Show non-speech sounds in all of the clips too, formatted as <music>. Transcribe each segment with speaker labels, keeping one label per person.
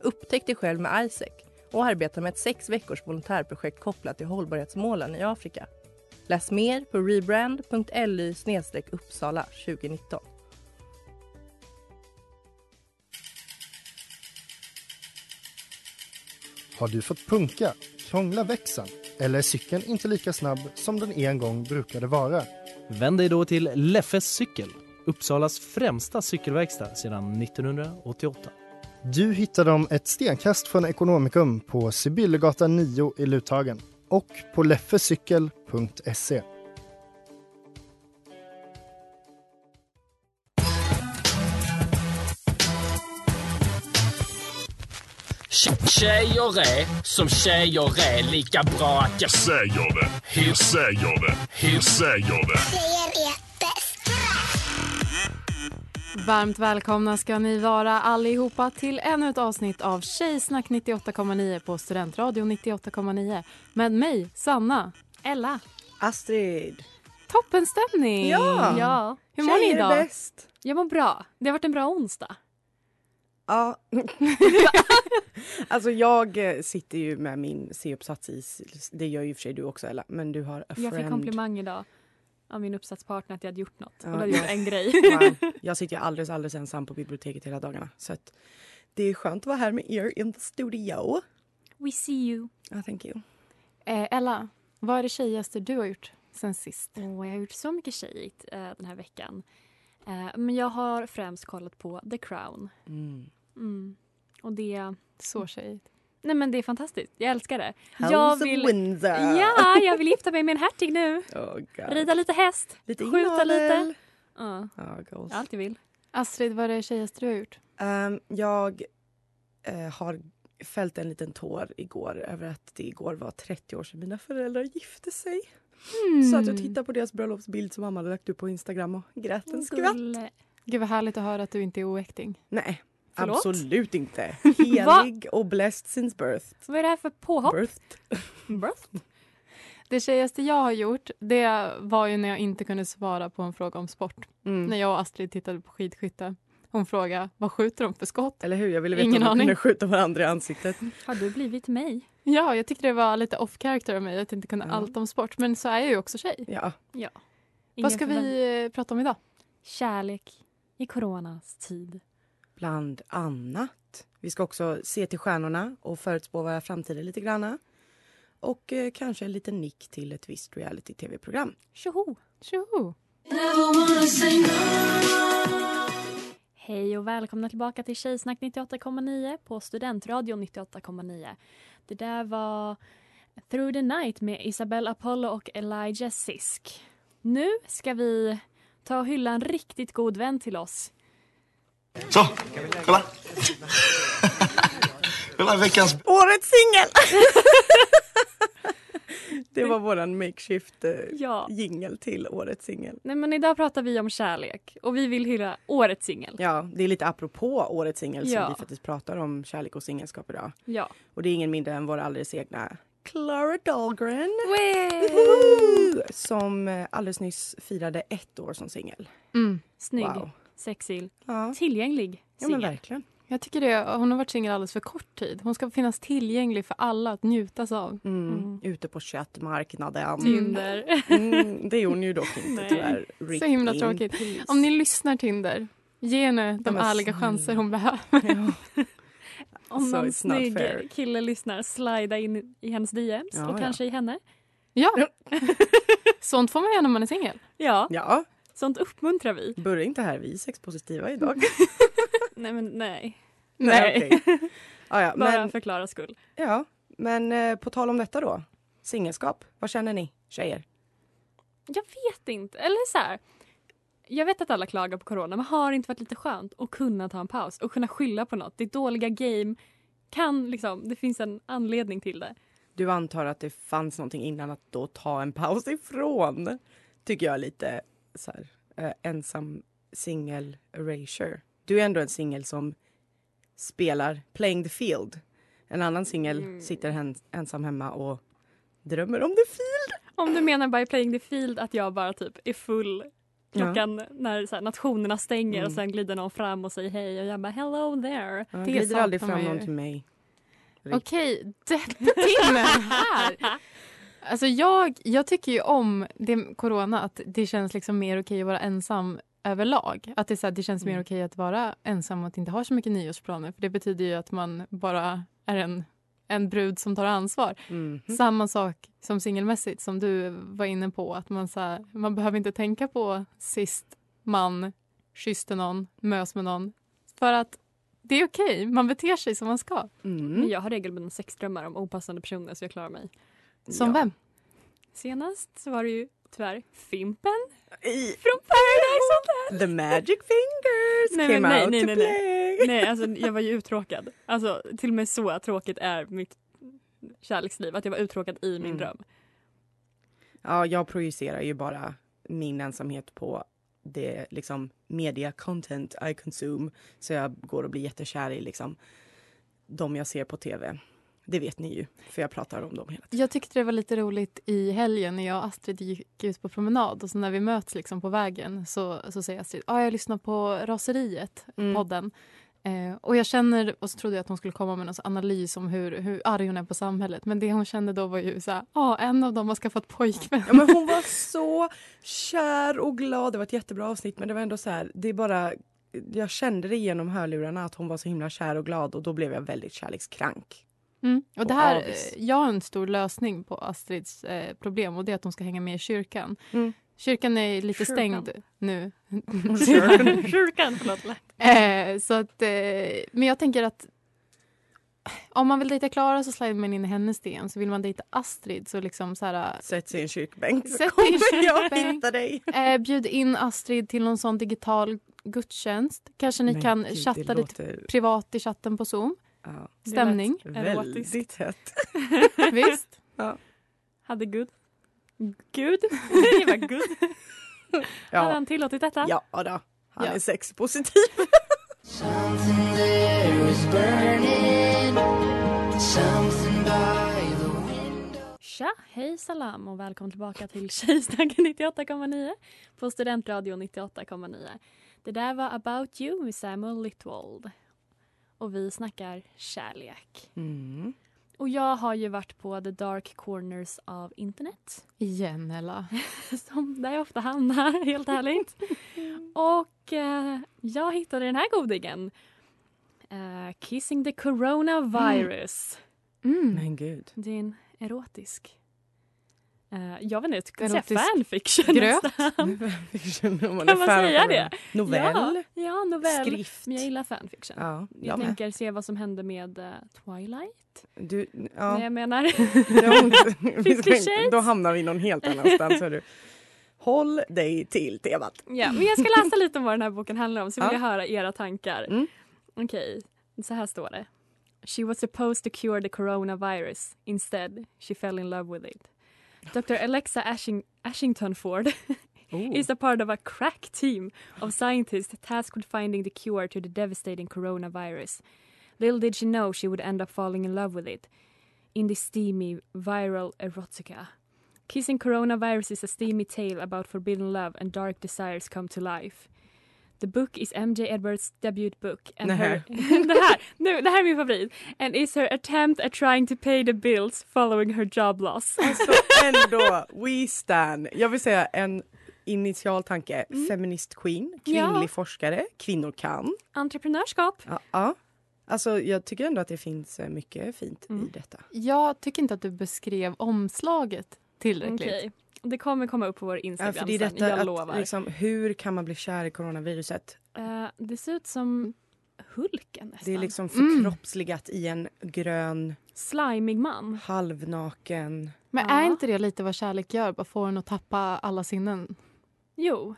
Speaker 1: Upptäck dig själv med ISEC och arbeta med ett sex veckors volontärprojekt kopplat till hållbarhetsmålen i Afrika. Läs mer på rebrand.ly uppsala 2019.
Speaker 2: Har du fått punka, krångla växeln eller är cykeln inte lika snabb som den en gång brukade vara?
Speaker 3: Vänd dig då till Leffes cykel, Uppsalas främsta cykelverkstad sedan 1988.
Speaker 2: Du hittar dem ett stenkast från Ekonomikum på Sibyllegatan 9 i Luthagen och på leffecykel.se.
Speaker 4: Tjejer är som tjejer är lika bra att jag säger det. Hur säger det? Hur säger det?
Speaker 5: Varmt välkomna ska ni vara allihopa till ännu ett avsnitt av Tjejsnack 98,9 på Studentradio 98,9 med mig, Sanna, Ella.
Speaker 6: Astrid.
Speaker 5: Toppen stämning!
Speaker 6: Ja.
Speaker 5: ja. Hur mår ni
Speaker 6: Tjejer är
Speaker 5: idag?
Speaker 6: bäst.
Speaker 5: Jag mår bra. Det har varit en bra onsdag.
Speaker 6: Ja. alltså jag eh, sitter ju med min C-uppsats i, det gör ju i och för sig du också Ella, men du har a
Speaker 5: Jag fick
Speaker 6: friend.
Speaker 5: komplimang idag av min uppsatspartner att jag hade gjort något.
Speaker 6: Ja.
Speaker 5: Och då hade jag en grej.
Speaker 6: <laughs> Wow. Jag sitter ju alldeles, alldeles ensam på biblioteket hela dagarna. Så att det är skönt att vara här med er in the studio.
Speaker 5: We see you.
Speaker 6: Ja, thank you.
Speaker 5: Eh, Ella, vad är det tjejigaste du har gjort sen sist? jag har gjort så mycket tjejigt eh, den här veckan. Eh, men jag har främst kollat på The Crown.
Speaker 6: Mm.
Speaker 5: Mm. Och det... Så tjejigt. Nej men det är fantastiskt. Jag älskar det.
Speaker 6: House
Speaker 5: jag
Speaker 6: of Windsor.
Speaker 5: Ja, jag vill gifta mig med en hertig nu.
Speaker 6: Oh, God.
Speaker 5: Rida lite häst.
Speaker 6: lite
Speaker 5: skjuta
Speaker 6: inavel.
Speaker 5: lite. Ja,
Speaker 6: Ja, goals.
Speaker 5: allt jag vill. Astrid, vad är det tjejigaste du har gjort?
Speaker 6: Ehm, jag eh, har fällt en liten tår igår över att det igår var 30 år sedan mina föräldrar gifte sig.
Speaker 5: Hmm. Mm.
Speaker 6: Så att jag tittade på deras bröllopsbild som mamma hade lagt upp på Instagram och grät en skvätt.
Speaker 5: Gud vad härligt att höra att du inte är oäkting.
Speaker 6: Nej,
Speaker 5: Förlåt?
Speaker 6: absolut inte.
Speaker 5: <laughs> Va?
Speaker 6: Helig och blessed since birth.
Speaker 5: Vad är det här för påhopp?
Speaker 6: birth.
Speaker 5: Det tjejigaste jag har gjort det var ju när jag inte kunde svara på en fråga om sport.
Speaker 6: Mm.
Speaker 5: När jag och Astrid tittade på skidskytte. Hon frågade vad skjuter de för skott?
Speaker 6: Eller hur? Jag ville veta
Speaker 5: Ingen
Speaker 6: om de
Speaker 5: aning.
Speaker 6: kunde skjuta varandra i ansiktet.
Speaker 7: Har du blivit mig?
Speaker 5: Ja, jag tyckte det var lite off character av mig att inte kunna
Speaker 6: Ja.
Speaker 5: allt om sport. Men så är jag ju också tjej.
Speaker 6: Ja.
Speaker 7: Ingen
Speaker 5: vad ska
Speaker 7: förvänt-
Speaker 5: vi eh, prata om idag?
Speaker 7: Kärlek i coronas tid.
Speaker 6: Bland annat. Vi ska också se till stjärnorna och förutspå våra framtider lite granna. Och eh, kanske en liten nick till ett visst reality-tv-program.
Speaker 7: Tjoho!
Speaker 5: Tjoho!
Speaker 7: Hej och välkomna tillbaka till Tjejsnack 98,9 på Studentradion 98,9. Det där var Through the Night med Isabel Apollo och Elijah Sisk. Nu ska vi ta och hylla en riktigt god vän till oss.
Speaker 8: Så, kolla. <laughs> kolla veckans...
Speaker 6: Årets singel! <laughs> det var våran makeshift eh,
Speaker 7: Ja.
Speaker 6: jingle till Årets singel.
Speaker 7: Nej men idag pratar vi om kärlek och vi vill hylla årets singel.
Speaker 6: Ja, det är lite apropå Årets singel som
Speaker 7: Ja.
Speaker 6: vi faktiskt pratar om kärlek och singelskap idag.
Speaker 7: Ja.
Speaker 6: Och det är ingen mindre än vår alldeles egna Clara Dahlgren. Woohoo! Som eh, alldeles nyss firade ett år som singel.
Speaker 5: Mm.
Speaker 7: Snygg,
Speaker 6: Wow.
Speaker 7: sexig,
Speaker 6: Ja.
Speaker 7: tillgänglig
Speaker 6: ja, men
Speaker 7: singel.
Speaker 6: verkligen.
Speaker 5: Jag tycker det. Hon har varit singel alldeles för kort tid. Hon ska finnas tillgänglig för alla att njutas av.
Speaker 6: Mm.
Speaker 7: Mm.
Speaker 6: Ute på köttmarknaden.
Speaker 7: Tinder.
Speaker 6: Mm, det är hon ju dock inte
Speaker 7: Nej.
Speaker 6: tyvärr. Rip
Speaker 5: Så himla
Speaker 6: in
Speaker 5: tråkigt.
Speaker 6: peace.
Speaker 5: <laughs> Om ni lyssnar Tinder, ge henne de
Speaker 6: men
Speaker 5: ärliga
Speaker 6: snälla.
Speaker 5: chanser hon behöver.
Speaker 6: Ja.
Speaker 7: <laughs> Om
Speaker 6: So it's
Speaker 7: någon
Speaker 6: not
Speaker 7: snygg
Speaker 6: fair.
Speaker 7: kille lyssnar, slida in i hennes DMs
Speaker 6: Ja,
Speaker 7: och
Speaker 6: ja.
Speaker 7: kanske i henne.
Speaker 5: Ja. <laughs> Sånt får man göra när man är singel.
Speaker 7: Ja,
Speaker 6: <laughs> Ja,
Speaker 7: sånt uppmuntrar vi.
Speaker 6: börja inte här. Vi är sexpositiva idag.
Speaker 5: Mm.
Speaker 6: <laughs>
Speaker 7: Nej, men nej.
Speaker 5: <laughs>
Speaker 6: okej. ja, ja,
Speaker 7: Bara
Speaker 6: men,
Speaker 7: för Klaras skull.
Speaker 6: ja, men eh, på tal om detta då. Singelskap, vad känner ni tjejer?
Speaker 7: Jag vet inte. Eller så här. Jag vet att alla klagar på corona, men har det inte varit lite skönt att kunna ta en paus och kunna skylla på något? Det dåliga game kan liksom, det finns en anledning till det.
Speaker 6: Du antar att det fanns någonting innan att då ta en paus ifrån. Tycker jag är lite så här, eh, ensam singel erasure. Du är ändå en singel som spelar playing the field. En annan singel
Speaker 7: Mm.
Speaker 6: sitter hen, ensam hemma och drömmer om det fina.
Speaker 7: Om du menar by playing the field att jag bara typ är full klockan när så här, nationerna stänger
Speaker 6: Mm.
Speaker 7: och sen glider någon fram och säger hej och jag bara hello there.
Speaker 6: Ja,
Speaker 5: är
Speaker 6: det glider
Speaker 5: sant
Speaker 6: aldrig
Speaker 5: för
Speaker 6: fram
Speaker 5: mig.
Speaker 6: någon till mig.
Speaker 5: Okej, depptimmen här! Alltså jag, jag tycker ju om det, corona, att det känns liksom mer okej att vara ensam överlag. Att det, är så här, det känns mer
Speaker 1: Mm.
Speaker 5: okej att vara ensam och att inte ha så mycket nyårsplaner. För det betyder ju att man bara är en, en brud som tar ansvar.
Speaker 6: Mm.
Speaker 5: Samma sak som singelmässigt som du var inne på. Att man, så här, man behöver inte tänka på sist man kysste någon, mös med någon. För att det är okej, man beter sig som man ska.
Speaker 6: Mm.
Speaker 7: Men jag har regelbundna sexdrömmar om opassande personer så jag klarar mig.
Speaker 5: Som
Speaker 6: Ja.
Speaker 5: vem?
Speaker 7: Senast så var det ju tyvärr Fimpen
Speaker 6: I-
Speaker 7: från Paradise Hotel.
Speaker 6: The magic fingers
Speaker 7: Nej, men
Speaker 6: came
Speaker 7: nej,
Speaker 6: out
Speaker 7: nej,
Speaker 6: to
Speaker 7: nej, nej.
Speaker 6: play.
Speaker 7: Nej, alltså jag var ju uttråkad. Alltså till och med så tråkigt är mitt kärleksliv att jag var uttråkad i min
Speaker 6: Mm.
Speaker 7: dröm.
Speaker 6: Ja, jag projicerar ju bara min ensamhet på det liksom media content I consume. Så jag går och blir jättekär i liksom de jag ser på tv. Det vet ni ju, för jag pratar om dem hela tiden.
Speaker 5: Jag tyckte det var lite roligt i helgen när jag och Astrid gick ut på promenad och så när vi möts liksom på vägen så, så säger Astrid ah, jag lyssnar på Raseriet,
Speaker 6: Mm.
Speaker 5: podden. Eh, och jag känner, och så trodde jag att hon skulle komma med någon sån analys om hur, hur arg hon är på samhället. Men det hon kände då var ju så här, ah, en av dem har skaffat pojkvän.
Speaker 6: Ja, men hon var så kär och glad. Det var ett jättebra avsnitt, men det var ändå så här, det är bara... Jag kände det genom hörlurarna att hon var så himla kär och glad och då blev jag väldigt kärlekskrank.
Speaker 5: Mm. Och det
Speaker 6: Och
Speaker 5: här,
Speaker 6: avis.
Speaker 5: eh, jag har en stor lösning på Astrids eh, problem och det är att hon ska hänga med i kyrkan.
Speaker 6: Mm.
Speaker 5: Kyrkan är lite
Speaker 7: Kyrkan.
Speaker 5: stängd nu.
Speaker 6: <laughs>
Speaker 5: <laughs>
Speaker 7: Kyrkan, förlåt.
Speaker 5: Eh, så att, eh, men jag tänker att om man vill dejta Klara så slider man in i hennes DM. Så vill man dejta Astrid så liksom så här,
Speaker 6: Sätt sig i en kyrkbänk så
Speaker 5: Sätt dig i en
Speaker 6: kommer jag
Speaker 5: kyrkbänk.
Speaker 6: hitta dig.
Speaker 5: eh, bjud in Astrid till någon sån digital gudstjänst. Kanske ni
Speaker 6: Men
Speaker 5: kan
Speaker 6: gud, det
Speaker 5: chatta lite
Speaker 6: låter-
Speaker 5: privat i chatten på Zoom.
Speaker 6: ja.
Speaker 5: Stämning.
Speaker 7: Erotiskt.
Speaker 6: Väldigt hett.
Speaker 7: <laughs>
Speaker 5: Visst?
Speaker 7: Hade Gud... <laughs> Gud? Det var Gud. Hade
Speaker 6: Ja,
Speaker 7: han tillåtit detta?
Speaker 6: ja då. Han
Speaker 5: Ja.
Speaker 6: är sexpositiv.
Speaker 7: Tja, hej salam och välkommen tillbaka till Tjejsnacket 98,9 på Studentradio 98,9. Det där var About You med Samuel Litwold. Och vi snackar kärlek.
Speaker 6: Mm.
Speaker 7: Och jag har ju varit på the dark corners av internet.
Speaker 5: Igen Ella.
Speaker 7: Som där jag ofta hamnar, <laughs> helt ärligt. Och eh, jag hittade den här godingen. Eh, Kissing the coronavirus.
Speaker 5: Mm.
Speaker 6: Men <laughs> gud.
Speaker 7: Det är en Mm. erotisk... Eh, jag vet inte, jag skulle säga
Speaker 5: Erotisk
Speaker 7: fanfiction
Speaker 5: gröt.
Speaker 7: nästan.
Speaker 6: kan man
Speaker 7: Kan
Speaker 6: är
Speaker 7: man
Speaker 6: fan-
Speaker 7: säga det?
Speaker 6: Novell?
Speaker 7: Ja, ja novell.
Speaker 6: Skrift?
Speaker 7: Men jag gillar fanfiction.
Speaker 6: Ja,
Speaker 7: jag
Speaker 6: jag med.
Speaker 7: tänker se vad som hände med eh, Twilight.
Speaker 6: Du,
Speaker 7: Ja.
Speaker 6: ja.
Speaker 7: Jag menar,
Speaker 6: <laughs> Ja,
Speaker 7: <laughs>
Speaker 6: men-
Speaker 7: Fifty Shades.
Speaker 6: Då hamnar vi någon helt annanstans. hör du. Håll dig till temat.
Speaker 7: ja, men jag <laughs> ska läsa lite om vad den här boken handlar om så vill
Speaker 6: Ja.
Speaker 7: jag höra era tankar.
Speaker 6: Mm.
Speaker 7: Okej, så här står det. She was supposed to cure the coronavirus. Instead, she fell in love with it. Dr. Alexa Ashing- Ashington Ford is a part of a crack team of scientists tasked with finding the cure to the devastating coronavirus. Little did she know she would end up falling in love with it in the steamy viral erotica. Kissing Coronavirus is a steamy tale about forbidden love and dark desires come to life. The book is MJ Edwards debut book and her <laughs> det, här, nu, det här är min favorit. And is her attempt at trying to pay the bills following her job loss.
Speaker 6: Alltså ändå, we stand. Jag vill säga en initial tanke. Feminist queen, kvinnlig
Speaker 7: Mm. Ja.
Speaker 6: forskare, kvinnor kan.
Speaker 7: Entreprenörskap.
Speaker 6: Ja, ja. Alltså, jag tycker ändå att det finns eh, mycket fint
Speaker 7: Mm.
Speaker 6: i detta.
Speaker 5: Jag tycker inte att du beskrev omslaget tillräckligt.
Speaker 7: Okej. Det kommer komma upp på vår Instagram
Speaker 6: Ja, för det är
Speaker 7: sen,
Speaker 6: detta
Speaker 7: jag
Speaker 6: att,
Speaker 7: lovar.
Speaker 6: Liksom, hur kan man bli kär i coronaviruset?
Speaker 7: Eh, det ser ut som Hulken nästan.
Speaker 6: Det är liksom
Speaker 7: Mm.
Speaker 6: förkroppsligat i en grön,
Speaker 7: Slimig man.
Speaker 6: halvnaken...
Speaker 5: Men
Speaker 7: Ja.
Speaker 5: är inte det lite vad kärlek gör? Bara får en att tappa alla sinnen.
Speaker 6: <laughs>
Speaker 7: Jo.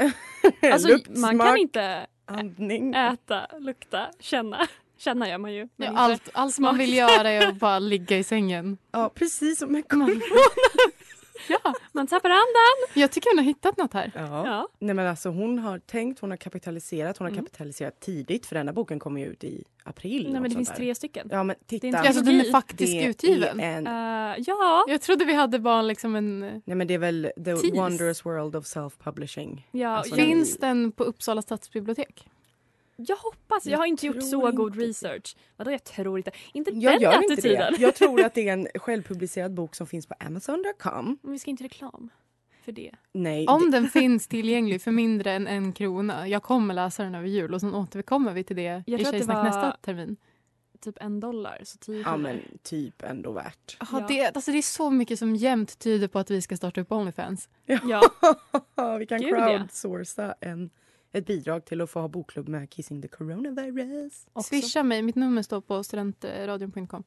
Speaker 7: Alltså, man kan
Speaker 6: luktsmak,
Speaker 7: inte
Speaker 6: andning.
Speaker 7: äta, lukta, känna. Känner jag man ju.
Speaker 5: Ja,
Speaker 7: Men
Speaker 5: allt, allt man vill göra är att bara ligga i
Speaker 7: <laughs>
Speaker 5: sängen.
Speaker 6: Ja, precis som med corona.
Speaker 5: <laughs> Ja,
Speaker 7: Man tappar andan.
Speaker 5: jag tycker hon har hittat något här.
Speaker 6: Ja.
Speaker 7: Ja.
Speaker 6: Nej, men alltså, hon har tänkt, hon har kapitaliserat. Hon har
Speaker 7: Mm.
Speaker 6: kapitaliserat tidigt, för den här boken kommer ju ut i april.
Speaker 7: Nej, men
Speaker 6: något
Speaker 7: det finns
Speaker 6: sånt
Speaker 7: tre stycken.
Speaker 6: där. Ja, men titta.
Speaker 7: är inte-
Speaker 5: Alltså den är
Speaker 7: Trilogi,
Speaker 5: faktiskt
Speaker 6: det
Speaker 5: utgiven.
Speaker 6: Är en,
Speaker 7: Eh, ja.
Speaker 5: Jag trodde vi hade bara liksom en...
Speaker 6: nej, men det är väl The
Speaker 5: Tis.
Speaker 6: Wondrous World of Self-Publishing.
Speaker 7: ja
Speaker 6: Alltså,
Speaker 7: jag,
Speaker 5: Finns den på Uppsala stadsbibliotek?
Speaker 7: jag hoppas. Jag har inte gjort så
Speaker 6: tror
Speaker 7: god
Speaker 6: inte det.
Speaker 7: research. Vadå, jag tror inte. Inte
Speaker 6: Jag
Speaker 7: den
Speaker 6: gör inte
Speaker 7: attityden.
Speaker 6: det. Jag tror
Speaker 7: <laughs>
Speaker 6: att det är en självpublicerad bok som finns på Amazon.com.
Speaker 7: Men vi ska inte reklam för det.
Speaker 6: Nej,
Speaker 7: <laughs>
Speaker 5: Om den finns tillgänglig för mindre än en krona. Jag kommer läsa den över jul och sen återkommer vi till det
Speaker 7: Jag
Speaker 5: i
Speaker 7: tror att det
Speaker 5: Tjejsnack
Speaker 7: var-
Speaker 5: nästa termin.
Speaker 7: Typ en dollar, så tio
Speaker 6: ja,
Speaker 7: kronor.
Speaker 6: men typ ändå värt.
Speaker 5: Aha,
Speaker 7: Ja.
Speaker 5: det, alltså det är så mycket som jämt tyder på att vi ska starta upp Onlyfans.
Speaker 6: <laughs>
Speaker 7: Ja.
Speaker 6: Vi kan
Speaker 7: Gud, ja.
Speaker 6: crowdsourca en, ett bidrag till att få ha bokklubb med Kissing the Coronavirus.
Speaker 7: Också.
Speaker 5: Swisha mig, mitt nummer står på studentradion.com.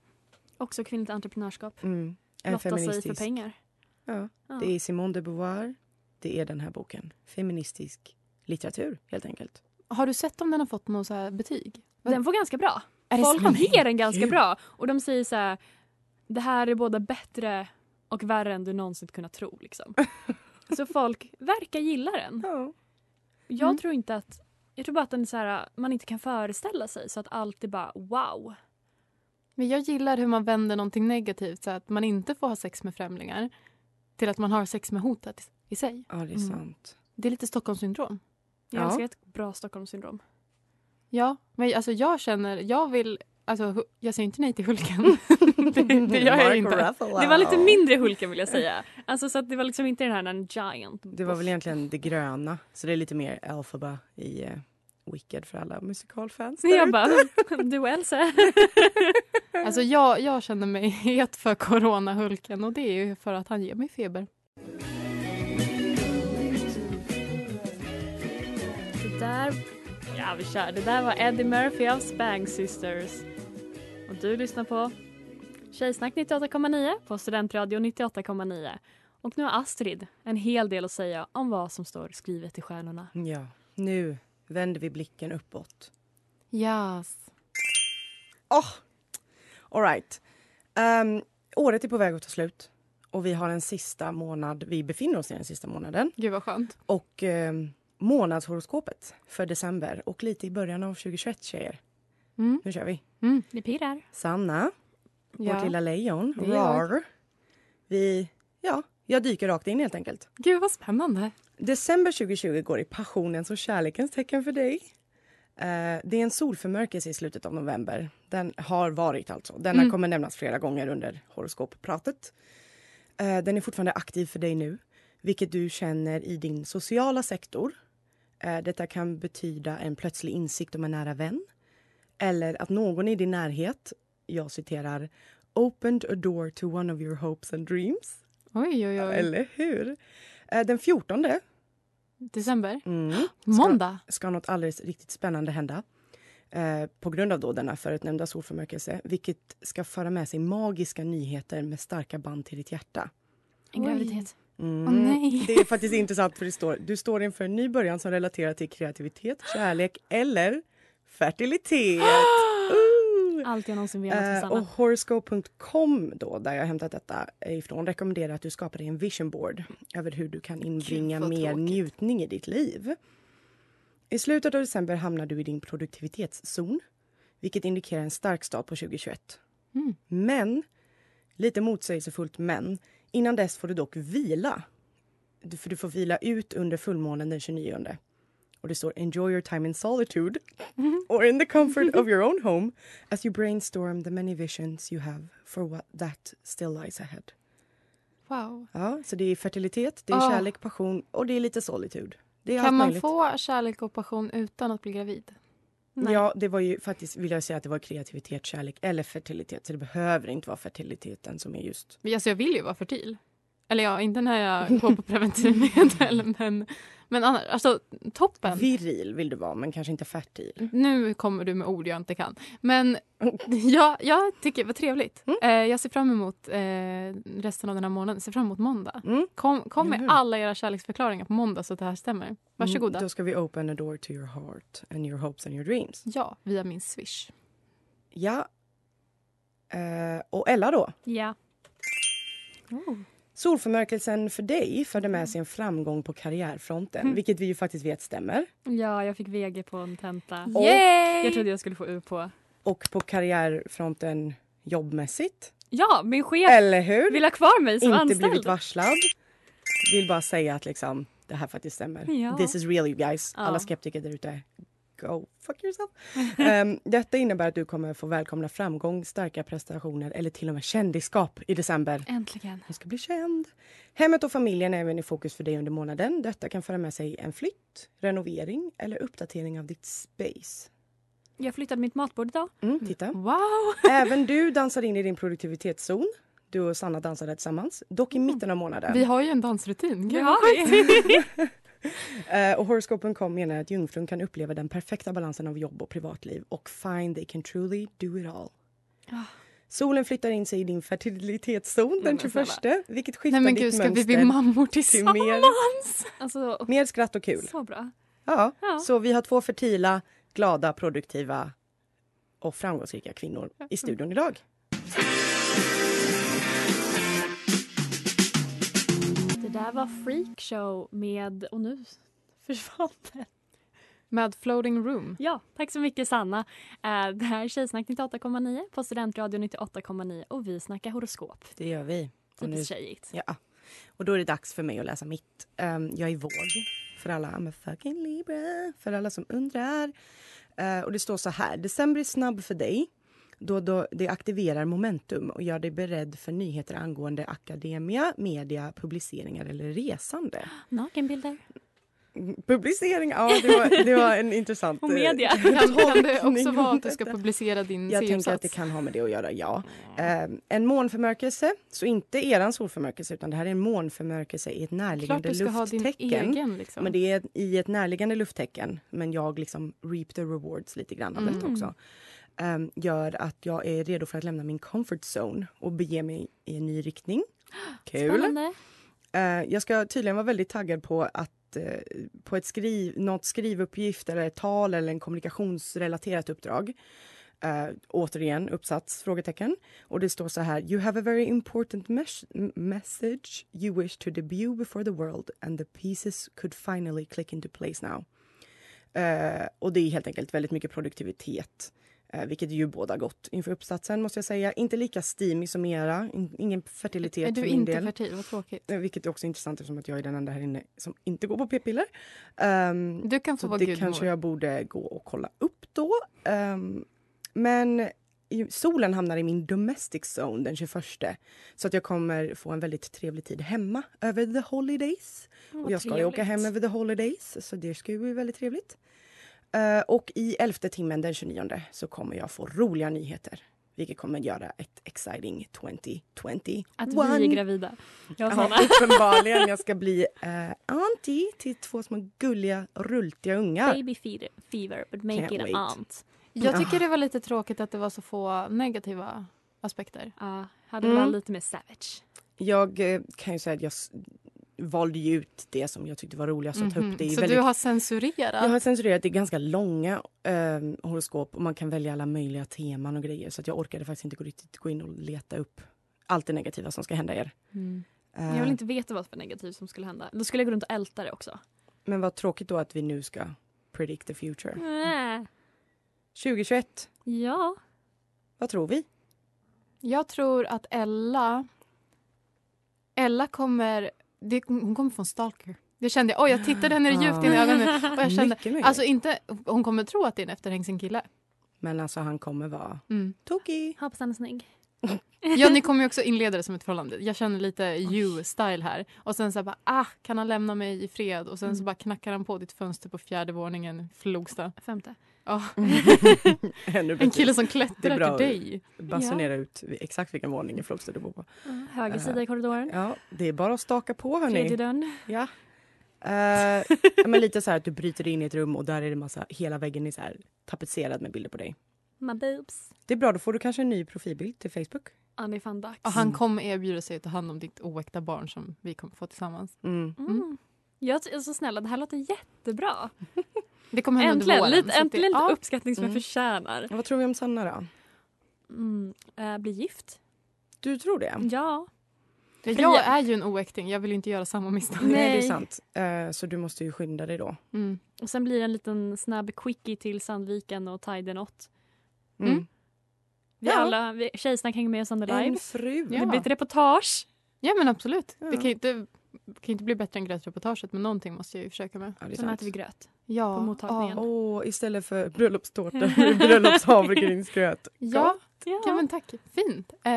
Speaker 7: Också kvinnligt entreprenörskap.
Speaker 6: Mm. En
Speaker 7: Lotta sig för
Speaker 6: feministisk.
Speaker 7: pengar.
Speaker 6: ja.
Speaker 7: Ja.
Speaker 6: Det är Simone de Beauvoir. Det är den här boken. Feministisk litteratur, helt enkelt.
Speaker 5: Har du sett om den har fått något så här betyg?
Speaker 7: Den får ganska bra.
Speaker 5: Är det sant?
Speaker 7: Folk ger den ganska bra. Och de säger så här, det här är både bättre och värre än du någonsin kunnat tro. Liksom. så folk verkar gilla den.
Speaker 6: Ja.
Speaker 7: Jag
Speaker 5: Mm.
Speaker 7: tror inte att, jag tror bara att den är så här, man inte kan föreställa sig så att allt är bara wow.
Speaker 5: Men jag gillar hur man vänder någonting negativt så att man inte får ha sex med främlingar till att man har sex med hotet i sig.
Speaker 6: ja, det är
Speaker 7: Mm. <laughs>
Speaker 6: sant.
Speaker 5: Det är lite Stockholmssyndrom.
Speaker 7: Jag
Speaker 6: Ja.
Speaker 7: älskar ett bra Stockholmssyndrom.
Speaker 5: Ja, men alltså jag känner, jag vill, alltså hu- jag säger inte nej
Speaker 6: <laughs>
Speaker 5: till Hulken. det, det gör jag
Speaker 6: Mark
Speaker 5: inte.
Speaker 6: Ruffalo.
Speaker 7: Det var lite mindre Hulken vill jag säga. Alltså så att det var liksom inte den här när en giant.
Speaker 6: Det var väl egentligen det gröna, så det är lite mer Alphaba i eh, Wicked för alla musikalfans.
Speaker 7: Så <laughs> jag bara, du och <laughs> Elsa.
Speaker 5: Alltså jag, jag känner mig <laughs> het för Corona-Hulken och det är ju för att han ger mig feber.
Speaker 7: Det där, ja vi kör. Det där var Eddie Murphy av Spang Sisters. Och du lyssnar på Tjejsnack 98,9 på Studentradio 98,9. Och nu har Astrid en hel del att säga om vad som står skrivet i stjärnorna.
Speaker 6: Ja, nu vänder vi blicken uppåt.
Speaker 5: Yes.
Speaker 6: Oh! All right. Ehm, året är på väg att ta slut och vi har en sista månad. Vi befinner oss i den sista månaden
Speaker 5: Gud vad skönt.
Speaker 6: och ehm, månadshoroskopet för december och lite i början av 2021 tjejer.
Speaker 5: Mm.
Speaker 6: Nu kör vi.
Speaker 7: Det pirrar.
Speaker 6: Sanna, vårt
Speaker 5: Ja.
Speaker 6: lilla lejon,
Speaker 5: Det är jag.
Speaker 6: rar. Vi, ja, jag dyker rakt in helt enkelt.
Speaker 5: Gud vad spännande.
Speaker 6: December 2020 går i passionens och kärlekens tecken för dig. Eh, det är en solförmörkelse i slutet av november. Den har varit alltså. Denna
Speaker 5: Mm.
Speaker 6: kommer nämnas flera gånger under horoskoppratet. Eh, den är fortfarande aktiv för dig nu, vilket du känner i din sociala sektor. Eh, detta kan betyda en plötslig insikt om en nära vän eller att någon i din närhet, jag citerar, opened a door to one of your hopes and dreams.
Speaker 5: Oj, oj, oj.
Speaker 6: Eller hur? Eh, den 14
Speaker 5: December.
Speaker 6: Mm.
Speaker 5: Måndag.
Speaker 6: Ska något alldeles riktigt spännande hända eh, på grund av då denna förutnämnda solförmörkelse vilket ska föra med sig magiska nyheter med starka band till ditt hjärta.
Speaker 7: En
Speaker 5: Oj.
Speaker 7: graviditet.
Speaker 6: Mm.
Speaker 5: Åh
Speaker 6: <laughs>
Speaker 5: nej.
Speaker 6: Det är faktiskt intressant för det står, du står inför en ny början som relaterar till kreativitet, kärlek eller fertilitet. Ooh.
Speaker 7: Allt jag någonsin velat med
Speaker 6: Eh,
Speaker 7: Sanna.
Speaker 6: och horoscope.com då, där jag har hämtat detta ifrån, rekommenderar att du skapar dig en vision board över hur du kan inbringa
Speaker 5: vad
Speaker 6: mer
Speaker 5: tråkigt.
Speaker 6: njutning i ditt liv. I slutet av december hamnar du i din produktivitetszon, vilket indikerar en stark start på 2021.
Speaker 5: Mm.
Speaker 6: Men, lite motsägelsefullt men, innan dess får du dock vila. Du- För du får vila ut under fullmånen den 29. Och det står enjoy your time in
Speaker 5: <laughs>
Speaker 6: solitude or in the comfort of your own home as you brainstorm the many visions you have for what that still lies ahead.
Speaker 5: Wow.
Speaker 6: Ja, så det är fertilitet, det är
Speaker 5: Ah.
Speaker 6: kärlek, passion och det är lite solitude. Det är allt
Speaker 5: Kan man
Speaker 6: möjligt.
Speaker 5: få kärlek och passion utan att bli gravid?
Speaker 7: Nej.
Speaker 6: Ja, det var ju faktiskt, vill jag säga att det var kreativitet, kärlek eller fertilitet. Så det behöver inte vara fertiliteten som är just...
Speaker 5: Men Alltså jag vill ju vara fertil. Eller ja, inte när jag går
Speaker 6: <laughs>
Speaker 5: på preventivmedel. Men, men annars, alltså toppen.
Speaker 6: Viril vill du vara, men kanske inte fertil.
Speaker 5: Nu kommer du med ord jag inte kan.
Speaker 6: <laughs>
Speaker 5: Men jag, jag tycker vad trevligt.
Speaker 6: Mm.
Speaker 5: Eh, jag ser fram emot eh, resten av den här månaden. Ser fram emot måndag.
Speaker 6: Mm.
Speaker 5: Kom, kom med
Speaker 6: Eller hur?
Speaker 5: alla era kärleksförklaringar på måndag så att det här stämmer. Varsågoda.
Speaker 6: Mm, Då ska vi open a door to your heart and your hopes and your dreams.
Speaker 5: Ja, via min swish.
Speaker 6: Ja. Eh, och Ella då?
Speaker 7: Ja.
Speaker 6: Solförmörkelsen för dig förde
Speaker 5: Mm.
Speaker 6: med sig en framgång på karriärfronten,
Speaker 7: Mm.
Speaker 6: vilket vi ju faktiskt vet stämmer.
Speaker 7: Ja, jag fick VG på en tenta.
Speaker 6: Och-
Speaker 7: Jag trodde jag skulle få U på.
Speaker 6: Och på karriärfronten jobbmässigt.
Speaker 7: Ja, min chef
Speaker 6: Eller hur?
Speaker 7: vill ha kvar mig som
Speaker 6: Inte
Speaker 7: anställd.
Speaker 6: blivit varslad. Vill bara säga att liksom, det här faktiskt stämmer.
Speaker 7: Ja.
Speaker 6: This is real you guys.
Speaker 7: Ja.
Speaker 6: Alla skeptiker där ute, go fuck
Speaker 7: <laughs>
Speaker 6: yourself. Ehm, detta innebär att du kommer få välkomna framgång, starka prestationer eller till och med kändisskap i december.
Speaker 7: Äntligen.
Speaker 6: Hon ska bli känd. Hemmet och familjen är även i fokus för dig under månaden. Detta kan föra med sig en flytt, renovering eller uppdatering av ditt space.
Speaker 7: Jag flyttade mitt matbord idag.
Speaker 6: Mm, titta.
Speaker 7: Wow!
Speaker 6: Även du dansar in i din produktivitetszon. Du och Sanna dansade tillsammans, dock i mitten av månaden.
Speaker 5: <laughs> Vi har ju en dansrutin.
Speaker 7: Det
Speaker 5: Gud,
Speaker 7: har
Speaker 5: vad sjukt.
Speaker 6: <laughs>
Speaker 7: vi.
Speaker 6: Eh, och horoskopen.com menar att jungfrun kan uppleva den perfekta balansen av jobb och privatliv och find they can truly do it all.
Speaker 7: Ah.
Speaker 6: Solen flyttar in sig i din fertilitetszon den
Speaker 5: men
Speaker 6: 21, vilket skiftar
Speaker 5: Nej men
Speaker 6: ditt
Speaker 5: gud, ska
Speaker 6: mönster
Speaker 5: vi bli mammor
Speaker 6: till
Speaker 5: tillsammans?
Speaker 6: mer,
Speaker 7: alltså,
Speaker 6: mer skratt och kul.
Speaker 7: så bra.
Speaker 6: Ja.
Speaker 7: Ja.
Speaker 6: Så vi har två fertila, glada, produktiva och framgångsrika kvinnor i studion idag.
Speaker 7: Det där var Freakshow med... Och nu <laughs> försvann det.
Speaker 5: Med floating
Speaker 6: <laughs>
Speaker 5: room.
Speaker 7: Ja, tack så mycket Sanna. Eh, Det här är Tjejsnack 98,9 på Studentradion 98,9 och vi snackar horoskop.
Speaker 6: Det gör vi. Och, nu,
Speaker 7: Typiskt tjejigt.
Speaker 6: ja. och då är det dags för mig att läsa mitt. Ehm, jag är våg för alla. I'm a fucking Libra. För alla som undrar. Eh, och det står så här. December är snabb för dig. Då, då det aktiverar momentum och gör dig beredd för nyheter angående akademia, media, publiceringar eller resande.
Speaker 7: Nakenbilder.
Speaker 6: Mm, Publicering, ja det var, det var en intressant...
Speaker 7: Och
Speaker 6: eh,
Speaker 7: media.
Speaker 5: Kan, kan det också
Speaker 6: tolkning
Speaker 5: vara
Speaker 6: om
Speaker 5: att du ska
Speaker 6: detta.
Speaker 5: publicera din
Speaker 6: Jag tänker att det
Speaker 5: C-uppsats?
Speaker 6: kan ha med det att göra, ja. Eh, en månförmörkelse, så inte eran solförmörkelse utan det här är en månförmörkelse i ett
Speaker 5: Klart
Speaker 6: närliggande
Speaker 5: du ska ha din
Speaker 6: lufttecken.
Speaker 5: egen. Liksom.
Speaker 6: Men det är i ett närliggande lufttecken, men jag liksom reap the rewards lite grann av detta
Speaker 7: Mm.
Speaker 6: också. Ehm, gör att jag är redo för att lämna min comfort zone och bege mig i en ny riktning. Kul!
Speaker 7: <gasps> Spännande.
Speaker 6: Eh, jag ska tydligen vara väldigt taggad på att eh, på ett skriv, något skrivuppgift eller ett tal eller en kommunikationsrelaterat uppdrag. Eh, återigen uppsats? Frågetecken. Och det står så här. You have a very important mes- m- message you wish to debut before the world and the pieces could finally click into place now. Eh, och det är helt enkelt väldigt mycket produktivitet. eh, vilket ju båda gott inför uppsatsen måste jag säga. Inte lika steamig som era. In, ingen fertilitet
Speaker 5: är du
Speaker 6: för min
Speaker 5: inte
Speaker 6: del.
Speaker 5: fertil? Vad tråkigt.
Speaker 6: Eh, Vilket är också intressant eftersom att jag är den enda här inne som inte går på p-piller. Ehm,
Speaker 5: Du kan få
Speaker 6: så
Speaker 5: vara
Speaker 6: det
Speaker 5: gudmor.
Speaker 6: kanske jag borde gå och kolla upp då. Ehm, men i- solen hamnar i min domestic zone den 21. Så att jag kommer få en väldigt trevlig tid hemma över the holidays.
Speaker 7: Vad
Speaker 6: och jag ska ju åka
Speaker 7: trevligt.
Speaker 6: hem över the holidays så det ska ju bli väldigt trevligt. Eh, och i elfte timmen den 29 så kommer jag få roliga nyheter. Vilket kommer göra ett exciting 2020.
Speaker 7: Att vi
Speaker 6: One.
Speaker 7: är gravida. Jag och Sanna.
Speaker 6: Ja, uppenbarligen. Jag ska bli
Speaker 5: <laughs>
Speaker 6: eh, auntie till två små gulliga, rultiga ungar.
Speaker 7: Baby fever, fever but
Speaker 6: Can't
Speaker 7: make it
Speaker 6: wait.
Speaker 7: an aunt.
Speaker 5: Jag
Speaker 6: Ah.
Speaker 5: tycker det var lite tråkigt att det var så få negativa aspekter.
Speaker 7: Ja, hade
Speaker 6: Mm.
Speaker 7: varit lite mer savage.
Speaker 6: Jag eh, kan ju säga att jag s- valde ju ut det som jag tyckte var roligast att ta
Speaker 5: Mhm.
Speaker 6: upp. Det är
Speaker 5: så
Speaker 6: väldigt...
Speaker 5: du har censurerat?
Speaker 6: Jag har censurerat, det är ganska långa eh, horoskop och man kan välja alla möjliga teman och grejer. Så att jag orkade faktiskt inte gå, riktigt, gå in och leta upp allt det negativa som ska hända er.
Speaker 5: Mm.
Speaker 6: Eh,
Speaker 7: Jag vill inte veta vad för negativt som skulle hända. Då skulle jag gå runt och älta det också.
Speaker 6: Eh, Men vad tråkigt då att vi nu ska predict the future.
Speaker 5: Mm.
Speaker 7: Nä.
Speaker 6: 2021,
Speaker 7: Äh, Ja.
Speaker 6: vad tror vi?
Speaker 5: Jag tror att Ella... Ella kommer... Det, hon kommer få en stalker. Det kände jag. Oj, jag tittade henne
Speaker 6: Ja.
Speaker 5: djupt in
Speaker 6: <laughs>
Speaker 5: i ögonen.
Speaker 7: <laughs>
Speaker 5: Och jag kände,
Speaker 6: Mycket möjligt.
Speaker 5: alltså inte, hon kommer tro att det är en efterhängsen kille.
Speaker 6: Men alltså han kommer vara
Speaker 5: Mm.
Speaker 6: tokig.
Speaker 7: Hoppas han är snygg.
Speaker 5: Ja, ni kommer ju också inleda det som ett förhållande. Jag känner lite you-style här. Och sen så här bara, ah, kan han lämna mig i fred? Och sen så bara knackar han på ditt fönster på fjärde våningen i Flogsta.
Speaker 7: Femte.
Speaker 5: Ja,
Speaker 6: <laughs> Ännu
Speaker 5: en
Speaker 6: bättre.
Speaker 5: kille som
Speaker 6: Mm. Det är
Speaker 5: klättrar
Speaker 6: bra.
Speaker 5: till dig.
Speaker 6: basunera ut exakt vilken våning i Flogsta du bor på.
Speaker 7: Höger sida i korridoren.
Speaker 6: Ja, det är bara att staka på hörni.
Speaker 7: Tredje dörren.
Speaker 6: Ja. Eh, men lite så här att du bryter dig in i ett rum och där är det massa, hela väggen är så här tapetserad med bilder på dig.
Speaker 7: My boobs.
Speaker 6: Det är bra, då får du kanske en ny profilbild till Facebook.
Speaker 7: Ja, det är fan dags.
Speaker 5: Och han kommer erbjuda sig att ta hand om ditt oäkta barn som vi kommer få tillsammans.
Speaker 6: Mm.
Speaker 7: Mm. Jag är så snälla, det här låter jättebra.
Speaker 5: Det kommer hända
Speaker 7: Äntligen
Speaker 5: under våren.
Speaker 7: lite,
Speaker 5: så att
Speaker 7: äntligen lite
Speaker 5: det, ja.
Speaker 7: uppskattning som jag förtjänar.
Speaker 6: Vad tror vi om Sanna då?
Speaker 7: Mm, eh, bli gift.
Speaker 6: Du tror det?
Speaker 7: Ja.
Speaker 5: Jag är ju en oäkting, jag vill ju inte göra samma misstag.
Speaker 6: <laughs>
Speaker 7: Nej.
Speaker 6: Nej, det är sant. Eh, så du måste ju skynda dig då.
Speaker 5: Mm.
Speaker 7: Och sen blir det en liten snabb quickie till Sandviken och Tide and Ott.
Speaker 6: Mm.
Speaker 5: Mm.
Speaker 7: Vi
Speaker 6: Ja.
Speaker 7: alla, vi, Tjejsnack hänger med oss under
Speaker 6: En
Speaker 7: live.
Speaker 6: fru.
Speaker 5: Ja.
Speaker 7: Det blir ett reportage.
Speaker 5: Ja men absolut.
Speaker 6: Ja.
Speaker 5: Det kan ju inte, det kan ju inte bli bättre än grötreportaget men någonting måste jag ju försöka med.
Speaker 6: Ja, det är
Speaker 7: Sen
Speaker 6: sant.
Speaker 7: äter vi gröt.
Speaker 5: Ja.
Speaker 7: På mottagningen.
Speaker 5: ja.
Speaker 6: Åh, istället för bröllopstårta med <laughs> bröllopshavregrynsgröt.
Speaker 5: Ja,
Speaker 7: Ja.
Speaker 5: ja men tack. Fint. Eh,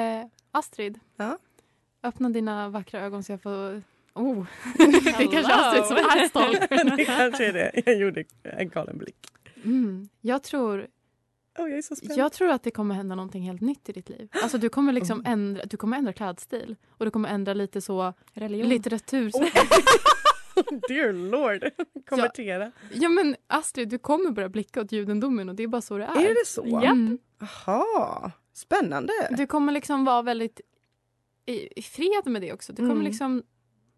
Speaker 5: Astrid.
Speaker 6: Ja.
Speaker 5: Öppna dina vackra ögon så jag får...
Speaker 6: <laughs>
Speaker 7: Hello.
Speaker 5: Oh. <laughs> det kanske är Astrid som är stolt.
Speaker 6: det kanske är det. Jag gjorde en galen blick.
Speaker 5: Mm. Jag, tror,
Speaker 6: Åh, jag är så spänd.
Speaker 5: jag tror att det kommer hända någonting helt nytt i ditt liv. Alltså du kommer liksom
Speaker 6: Mm.
Speaker 5: ändra, du kommer ändra klädstil och du kommer ändra lite så
Speaker 7: Religion.
Speaker 5: litteratur.
Speaker 6: Oh. Dear lord. Konvertera.
Speaker 5: Ja men Astrid du kommer börja blicka åt judendomen och det är bara så det är.
Speaker 6: Är det så?
Speaker 7: Ja.
Speaker 5: Mm.
Speaker 6: Jaha. Spännande.
Speaker 5: Du kommer liksom vara väldigt i, i fred med det också. Du kommer
Speaker 6: Mm.
Speaker 5: liksom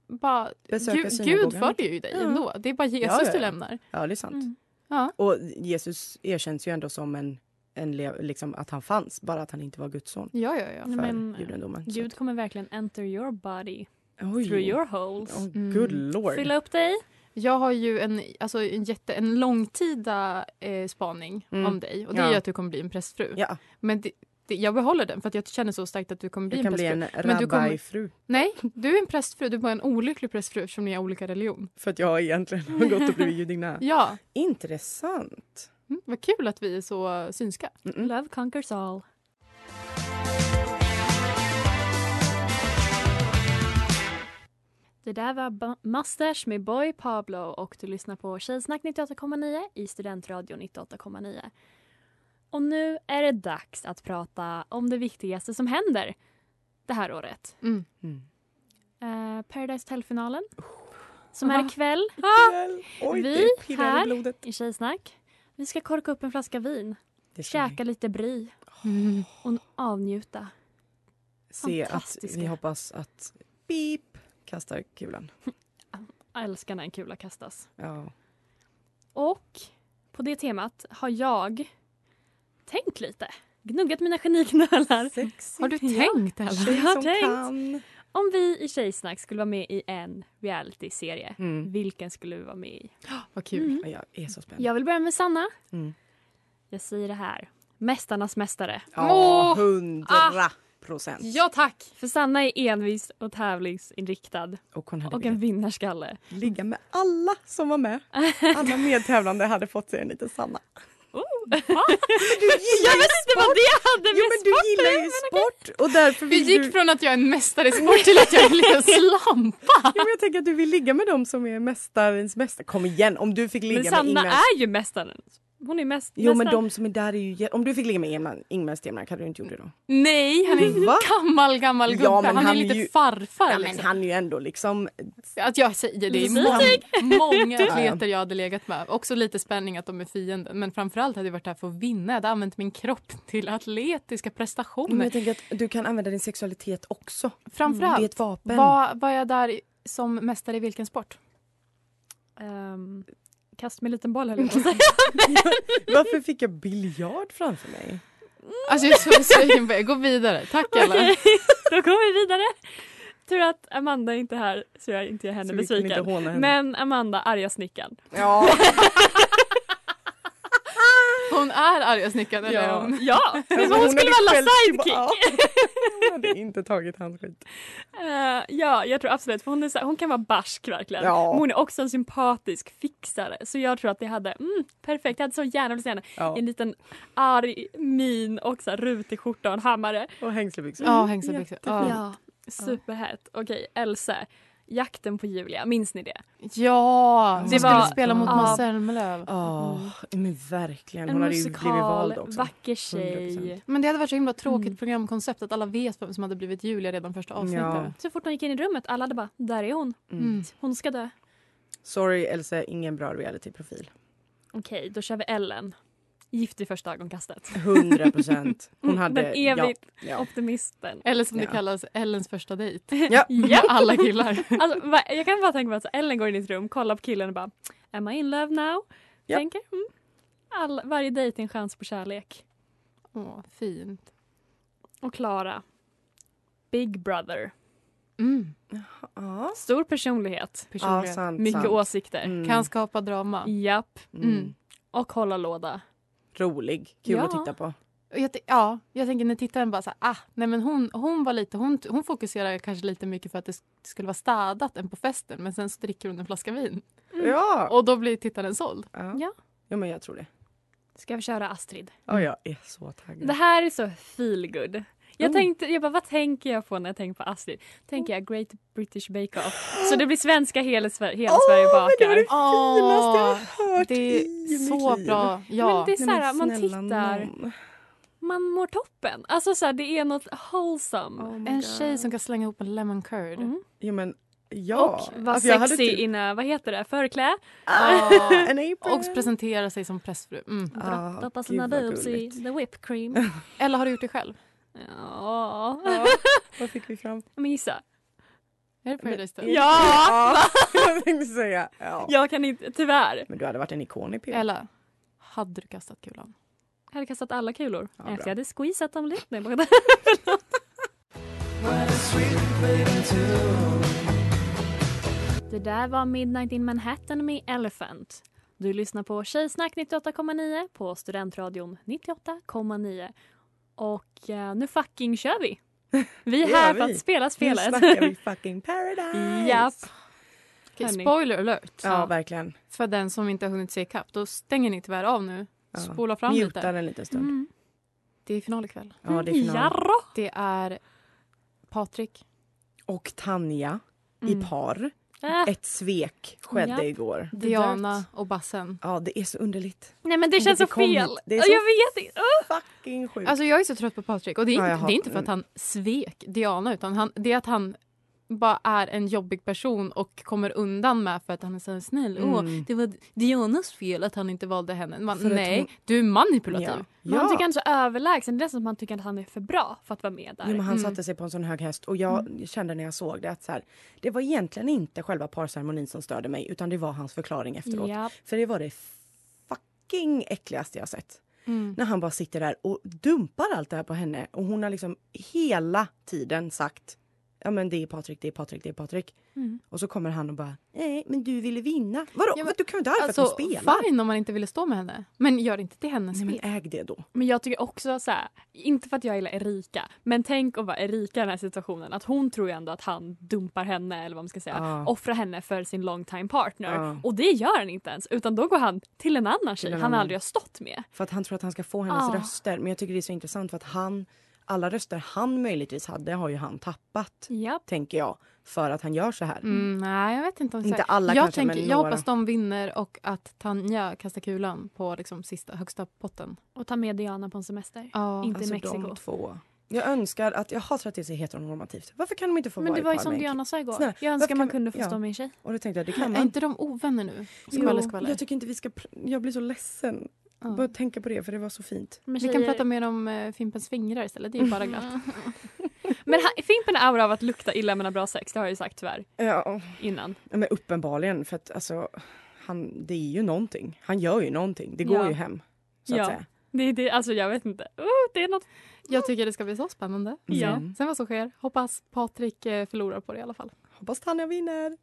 Speaker 5: bara...
Speaker 6: Besöka
Speaker 5: Gud,
Speaker 6: synagogan.
Speaker 5: Gud följer ju dig
Speaker 6: Ja.
Speaker 5: ändå. Det är bara Jesus
Speaker 6: Ja, ja,
Speaker 5: du
Speaker 6: ja.
Speaker 5: lämnar.
Speaker 6: Ja, det är sant.
Speaker 7: Mm.
Speaker 5: Ja.
Speaker 6: Och Jesus erkänns ju ändå som en, en le- liksom att han fanns, bara att han inte var Guds son
Speaker 5: Ja, ja, ja.
Speaker 6: för
Speaker 7: men, eh,
Speaker 6: judendomen. Så
Speaker 7: Gud kommer verkligen enter your body
Speaker 6: att- Oj.
Speaker 7: through your holes.
Speaker 6: Oh,
Speaker 5: Mm.
Speaker 6: good lord.
Speaker 7: Fylla upp dig.
Speaker 5: Jag har ju en, alltså, en, jätte, en långtida eh, spaning
Speaker 6: Mm.
Speaker 5: om dig. Och det är
Speaker 6: Ja.
Speaker 5: ju att du kommer bli en prästfru.
Speaker 6: Ja,
Speaker 5: Men det, det, jag behåller den för att jag känner så starkt att du kommer bli
Speaker 6: det
Speaker 5: en
Speaker 6: kan bli
Speaker 5: prästfru.
Speaker 6: en
Speaker 5: Men du kommer-
Speaker 6: rabbifru.
Speaker 5: Nej, du är en prästfru. Du är bara en olycklig prästfru eftersom ni har olika religion.
Speaker 6: För att jag egentligen har gått och blivit judinna.
Speaker 5: <laughs> Ja,
Speaker 6: Intressant.
Speaker 5: mm, vad kul att vi är så synska.
Speaker 6: Mm.
Speaker 7: Love conquers all. Det där var Ba- Mustache med Boy Pablo och du lyssnar på Tjejsnack 98,9 i Studentradio 98,9. Och nu är det dags att prata om det viktigaste som händer det här året.
Speaker 5: Mm.
Speaker 6: Mm.
Speaker 7: Eh, Paradise Hotel-finalen som är ikväll
Speaker 6: Ah. Väl, Oj,
Speaker 7: Vi
Speaker 6: det pirrar
Speaker 7: här-
Speaker 6: i blodet.
Speaker 7: i Tjejsnack. Vi ska korka upp en flaska vin,
Speaker 6: Det ska
Speaker 7: käka lite brie
Speaker 6: Oh,
Speaker 5: Mm.
Speaker 7: och avnjuta.
Speaker 6: vi se att
Speaker 7: fantastiska.
Speaker 6: vi hoppas att beep kastar kulan.
Speaker 7: Jag älskar när en kula kastas.
Speaker 6: Ja.
Speaker 7: Och på det temat har jag tänkt lite. Gnuggat mina geniknölar.
Speaker 6: Sexy.
Speaker 5: Har du
Speaker 7: Ja.
Speaker 5: tänkt det här?
Speaker 6: Tjej
Speaker 7: Jag har
Speaker 6: som
Speaker 7: tänkt.
Speaker 6: kan.
Speaker 7: Om vi i Tjejsnack skulle vara med i en realityserie,
Speaker 6: Mm.
Speaker 7: vilken skulle vi vara med i?
Speaker 5: Vad kul.
Speaker 6: Ja, Jag är så spänd.
Speaker 7: Jag vill börja med Sanna.
Speaker 6: Mm.
Speaker 7: Jag säger det här. Mästarnas mästare.
Speaker 6: Ja,
Speaker 5: Åh!
Speaker 6: hundra procent.
Speaker 5: Ja, tack.
Speaker 7: För Sanna är envis och tävlingsinriktad
Speaker 6: Och hon hade
Speaker 7: och en
Speaker 6: velat
Speaker 7: vinnarskalle.
Speaker 6: ligga med alla som var med. Alla medtävlande hade fått sig en liten Sanna. Du gillar
Speaker 7: jag
Speaker 6: ju
Speaker 7: visste det var det jag hade
Speaker 6: Jo
Speaker 7: med
Speaker 6: men du gillar ju sport och därför
Speaker 5: Vi
Speaker 6: vill du...
Speaker 5: gick från att jag är en mästare i sport till att jag är
Speaker 6: <laughs>
Speaker 5: en liten slampa.
Speaker 6: Jo, men jag tänker att du vill ligga med dem som är mästarens mästare. Kom igen, om du fick ligga
Speaker 7: Men
Speaker 6: med
Speaker 7: Sanna
Speaker 6: Ingmar...
Speaker 7: är ju mästaren. Hon är mäst,
Speaker 6: Jo men
Speaker 7: mästaren.
Speaker 6: de som är där är ju... jä- Om du fick ligga med Ingmar, Ingmar Stenmark hade du inte gjort det då?
Speaker 5: Nej, han är en
Speaker 6: Va?
Speaker 5: gammal, gammal
Speaker 6: Ja,
Speaker 5: gubbe.
Speaker 6: men
Speaker 5: han, är
Speaker 6: han är
Speaker 5: lite
Speaker 6: ju-
Speaker 5: farfar.
Speaker 6: Ja men
Speaker 5: liksom.
Speaker 6: han är ju ändå liksom...
Speaker 5: Att jag säger det är
Speaker 7: Lite
Speaker 5: många, många
Speaker 6: Ja, ja.
Speaker 5: atleter jag hade legat med. Också lite spänning att de är fienden. Men framförallt hade jag varit här för att vinna. Jag hade använt min kropp till atletiska
Speaker 6: Men
Speaker 5: prestationer.
Speaker 6: jag tänker att du kan använda din sexualitet också. Det är
Speaker 5: Framförallt,
Speaker 6: ett vapen.
Speaker 5: var, var jag där i- som mästare i vilken sport?
Speaker 7: Ehm, kast med liten boll höll jag på <laughs> att säga.
Speaker 6: Varför fick jag biljard framför mig?
Speaker 5: Alltså jag är så besviken på er. Gå vidare. Tack alla.
Speaker 7: Okej, då går vi vidare. Tur att Amanda inte är här så jag inte gör henne
Speaker 6: Så vi kan inte
Speaker 7: besviken.
Speaker 6: håna henne.
Speaker 7: Men Amanda, arga snickaren.
Speaker 6: Ja.
Speaker 5: Hon är arga snickaren. eller
Speaker 6: Ja.
Speaker 5: hon?
Speaker 7: Ja, det
Speaker 6: Alltså,
Speaker 7: var hon
Speaker 6: hade
Speaker 7: skulle vara alla
Speaker 6: själv-
Speaker 7: sidekick.
Speaker 6: Ja. Hon hade inte tagit hans skit.
Speaker 7: <laughs> Eh, ja, jag tror absolut. För hon, är så här, hon kan vara barsk verkligen.
Speaker 6: Ja.
Speaker 7: Men hon är också en sympatisk fixare. Så jag tror att det hade, mm, perfekt. Jag hade så gärna velat se henne
Speaker 6: Ja.
Speaker 7: i en liten arg min och så här, rutig skjorta och en hammare.
Speaker 6: Och hängselbyxor.
Speaker 5: Ja, hängselbyxor. Ja.
Speaker 7: Ja, superhett. Okej, Else. Jakten på Julia, minns ni det?
Speaker 5: Ja,
Speaker 6: Det
Speaker 5: hon skulle
Speaker 7: var-
Speaker 5: spela mot
Speaker 7: Ja.
Speaker 5: Måns Zelmerlöw.
Speaker 6: Ja, men verkligen.
Speaker 7: En
Speaker 6: Hon hade ju blivit
Speaker 7: musikal,
Speaker 6: vald också.
Speaker 7: vacker tjej.
Speaker 6: 100%.
Speaker 5: Men det hade varit så himla tråkigt
Speaker 7: Mm.
Speaker 5: programkoncept att alla vet vem som hade blivit Julia redan första avsnittet.
Speaker 6: Ja.
Speaker 7: Så fort hon gick in i rummet, alla hade bara “där är hon,
Speaker 5: Mm.
Speaker 7: hon ska dö”.
Speaker 6: Sorry Else, ingen bra realityprofil.
Speaker 7: Okej, då kör vi Ellen. Gift i första ögonkastet.
Speaker 6: 100 procent. Hon
Speaker 7: <laughs> Mm,
Speaker 6: hade...
Speaker 7: Den evigt
Speaker 6: Ja,
Speaker 7: optimisten.
Speaker 5: Eller som det
Speaker 6: Ja.
Speaker 5: kallas, Ellens första dejt.
Speaker 7: <laughs>
Speaker 6: ja. ja.
Speaker 7: Ja.
Speaker 5: <laughs> Alla killar.
Speaker 7: Alltså, va- jag kan bara tänka mig att så Ellen går in i ditt rum, kollar på killen och bara “Am I in love now?”
Speaker 6: Ja.
Speaker 7: Tänker mm. All, varje dejt är en chans på kärlek.
Speaker 5: Åh, fint.
Speaker 7: Och Klara. Big Brother.
Speaker 5: Mm.
Speaker 6: Ja.
Speaker 7: Stor personlighet.
Speaker 6: Personlighet. Ja, sant,
Speaker 7: Mycket
Speaker 6: sant.
Speaker 7: åsikter.
Speaker 6: Mm.
Speaker 5: Kan skapa drama.
Speaker 7: Japp.
Speaker 6: Mm.
Speaker 7: Och hålla låda.
Speaker 6: Rolig. Kul
Speaker 7: Ja.
Speaker 6: att titta på.
Speaker 5: Och Jag, t- ja, jag tänker när tittaren bara så här, ah, nej men hon, hon var lite, hon, hon fokuserar kanske lite mycket för att det sk- skulle vara städat än på festen men sen så dricker hon en flaska vin
Speaker 6: Ja.
Speaker 5: och då blir tittaren såld.
Speaker 6: Ja.
Speaker 7: Ja.
Speaker 6: ja, men jag tror det. Mm.
Speaker 7: Ska vi köra Astrid?
Speaker 6: Ja, jag är så taggad.
Speaker 7: Det här är så feel good. Jag
Speaker 6: Oh.
Speaker 7: tänkte, jag bara, vad tänker jag på när jag tänker på Astrid? Tänker jag Great British Bake Off. Så det blir svenska hela, Sver- hela Sverige
Speaker 6: Åh, men det var det
Speaker 7: bakar.
Speaker 6: finaste jag har hört
Speaker 5: Det
Speaker 6: i
Speaker 5: är
Speaker 6: mitt
Speaker 5: så
Speaker 6: liv.
Speaker 5: bra. Ja.
Speaker 7: Men det är så
Speaker 6: Nej,
Speaker 7: här,
Speaker 6: men
Speaker 7: man
Speaker 6: snälla
Speaker 7: tittar,
Speaker 6: nån.
Speaker 7: man mår toppen. Alltså så här, det är något wholesome.
Speaker 6: Oh my
Speaker 5: En
Speaker 6: God.
Speaker 5: tjej som kan slänga ihop en lemon curd.
Speaker 7: Mm.
Speaker 6: Ja, men ja.
Speaker 7: Och var
Speaker 6: Alltså, jag hade
Speaker 7: sexy
Speaker 6: typ- Ah,
Speaker 7: innan, vad heter det, förklä?
Speaker 6: <laughs>
Speaker 5: Ja.
Speaker 6: En apron.
Speaker 5: Och presentera sig som prästfru. Mm.
Speaker 6: Ja,
Speaker 7: Droppa
Speaker 6: Ah, gud,
Speaker 7: sina
Speaker 6: vad
Speaker 7: boobs
Speaker 6: <laughs>
Speaker 7: i
Speaker 6: gulligt.
Speaker 7: the whipped cream.
Speaker 5: Eller har du gjort det själv?
Speaker 7: Ja,
Speaker 6: Ja, vad fick vi fram?
Speaker 7: men gissa.
Speaker 5: Är det Paradise Hotel?
Speaker 6: <laughs> Ja! jag tänkte säga. Ja.
Speaker 7: Jag kan inte, tyvärr.
Speaker 6: Men du hade varit en ikon i P.
Speaker 5: Eller hade du kastat kulan?
Speaker 7: Jag hade kastat alla kulor.
Speaker 6: Ja,
Speaker 7: Efter
Speaker 6: bra.
Speaker 7: jag hade squeezat dem
Speaker 6: <laughs>
Speaker 7: lite. Bara. Det där var Midnight in Manhattan med Elephant. Du lyssnar på Tjejsnack 98,9 på Studentradion 98,9. Och eh, nu fucking kör vi! Vi är
Speaker 6: Det
Speaker 7: här
Speaker 6: gör
Speaker 7: för
Speaker 6: vi.
Speaker 7: att spela
Speaker 6: Nu
Speaker 7: spelet.
Speaker 6: snackar vi fucking paradise!
Speaker 7: <laughs> Japp.
Speaker 5: Okej,
Speaker 7: Hörni.
Speaker 5: spoiler alert.
Speaker 6: Ja, verkligen.
Speaker 5: För den som inte har hunnit se ikapp, då stänger ni tyvärr av nu.
Speaker 6: Ja.
Speaker 5: Spola fram
Speaker 6: Njuta
Speaker 5: lite.
Speaker 6: en liten stund.
Speaker 7: Mm.
Speaker 5: Det är final ikväll.
Speaker 6: Ja, det är final.
Speaker 7: Jarrå.
Speaker 5: Det är Patrik.
Speaker 6: Och Tanja
Speaker 7: Mm.
Speaker 6: i par.
Speaker 7: Äh,
Speaker 6: Ett svek skedde
Speaker 7: Japp.
Speaker 6: igår.
Speaker 5: Diana och Bassen.
Speaker 6: Ja, det är så underligt.
Speaker 7: Nej men det
Speaker 6: Tänk
Speaker 7: känns så
Speaker 6: att vi kom
Speaker 7: fel.
Speaker 6: hit. Det är
Speaker 7: Jag
Speaker 6: så-
Speaker 7: vet inte. Åh!
Speaker 6: Fucking sjukt.
Speaker 5: Alltså jag är så trött på Patrik. Och det är,
Speaker 6: Ja,
Speaker 5: inte,
Speaker 6: jag har-
Speaker 5: det är inte för att han svek Diana utan han, det är att han bara är en jobbig person och kommer undan med för att han är så här snäll.
Speaker 6: Mm.
Speaker 5: Åh, det var Dianas fel att han inte valde henne. Man,
Speaker 6: För att
Speaker 5: nej,
Speaker 6: hon-
Speaker 5: du är manipulativ. Mm.
Speaker 6: ja.
Speaker 7: Men Han
Speaker 6: Ja.
Speaker 7: tycker han är så överlägsen. Det är som att man tycker att han är för bra för att vara med där.
Speaker 6: Jo, men han
Speaker 5: Mm.
Speaker 6: satte sig på en sån hög häst och jag kände när jag såg det att så här, det var egentligen inte själva parceremonin som störde mig utan det var hans förklaring efteråt.
Speaker 7: Ja.
Speaker 6: För det var det fucking äckligaste jag sett.
Speaker 5: Mm.
Speaker 6: När han bara sitter där och dumpar allt det här på henne och hon har liksom hela tiden sagt ja men det är Patrik, det är Patrik, det är Patrik.
Speaker 7: Mm.
Speaker 6: Och så kommer han och bara nej men du ville vinna. Vadå?
Speaker 5: Ja, men-
Speaker 6: men, du kan ju inte arga
Speaker 5: Alltså,
Speaker 6: att hon spelar.
Speaker 5: fine om man inte ville stå med henne. Men gör inte till hennes
Speaker 6: Nej men
Speaker 5: fel.
Speaker 6: äg det då.
Speaker 7: Men jag tycker också så här, inte för att jag gillar Erika, men tänk att vara Erika i den här situationen. Att hon tror ju ändå att han dumpar henne eller vad man ska säga.
Speaker 6: Ja.
Speaker 7: Offrar henne för sin long time partner.
Speaker 6: Ja.
Speaker 7: Och det gör han inte ens. Utan då går han till en annan tjej
Speaker 6: en
Speaker 7: han
Speaker 6: annan.
Speaker 7: aldrig har stått med.
Speaker 6: För att han tror att han ska få hennes
Speaker 7: Ah.
Speaker 6: röster. Men jag tycker det är så intressant för att han, alla röster han möjligtvis hade har ju han tappat.
Speaker 7: Japp.
Speaker 6: Tänker jag. För att han gör så här.
Speaker 5: Mm, nej, jag vet inte. om det är så
Speaker 6: Inte
Speaker 5: här.
Speaker 6: alla
Speaker 5: jag
Speaker 6: kanske,
Speaker 5: tänker,
Speaker 6: men
Speaker 5: Jag
Speaker 6: några.
Speaker 5: hoppas de vinner och att Tanja kastar kulan på liksom, sista, högsta potten.
Speaker 7: Och tar med Diana på en semester.
Speaker 5: Ja.
Speaker 7: Inte i
Speaker 6: alltså
Speaker 7: Mexiko.
Speaker 6: de två. Jag önskar att, jag hatar att det är så heteronormativt. Varför kan de inte få
Speaker 7: Men
Speaker 6: vara
Speaker 7: det
Speaker 6: i
Speaker 7: var ju
Speaker 6: par
Speaker 7: som
Speaker 6: med en
Speaker 7: Diana sa igår.
Speaker 6: Snälla,
Speaker 7: jag
Speaker 6: varför
Speaker 7: önskar
Speaker 6: kan
Speaker 7: man
Speaker 6: vi-
Speaker 7: kunde få
Speaker 6: ja.
Speaker 7: stå med en tjej.
Speaker 6: Och då tänkte jag, det
Speaker 7: <laughs>
Speaker 6: kan
Speaker 5: Är
Speaker 6: man.
Speaker 5: inte de ovänner nu?
Speaker 6: Jo,
Speaker 5: Skvaller, skvaller.
Speaker 6: Jag tycker inte vi ska, pr- jag blir så ledsen.
Speaker 5: Ja.
Speaker 6: Bara tänka på det för det var så fint.
Speaker 7: Men
Speaker 5: Vi kan
Speaker 7: tjejer- Mm.
Speaker 5: prata mer om eh, Fimpens fingrar istället. Det är ju bara glatt.
Speaker 7: <laughs> Men han, Fimpen är aura av att lukta illa men ha bra sex. Det har jag ju sagt tyvärr
Speaker 6: Ja,
Speaker 7: innan.
Speaker 6: men uppenbarligen för att alltså, han, det är ju någonting. Han gör ju någonting. Det går
Speaker 7: Ja.
Speaker 6: ju hem. Så att
Speaker 7: Ja.
Speaker 6: säga.
Speaker 7: Det, det, alltså jag vet inte. Oh, det är något.
Speaker 5: Jag tycker det ska bli så spännande.
Speaker 7: Ja.
Speaker 6: Mm.
Speaker 5: Sen vad som sker. Hoppas Patrik eh, förlorar på det i alla fall.
Speaker 6: Hoppas Tanja vinner.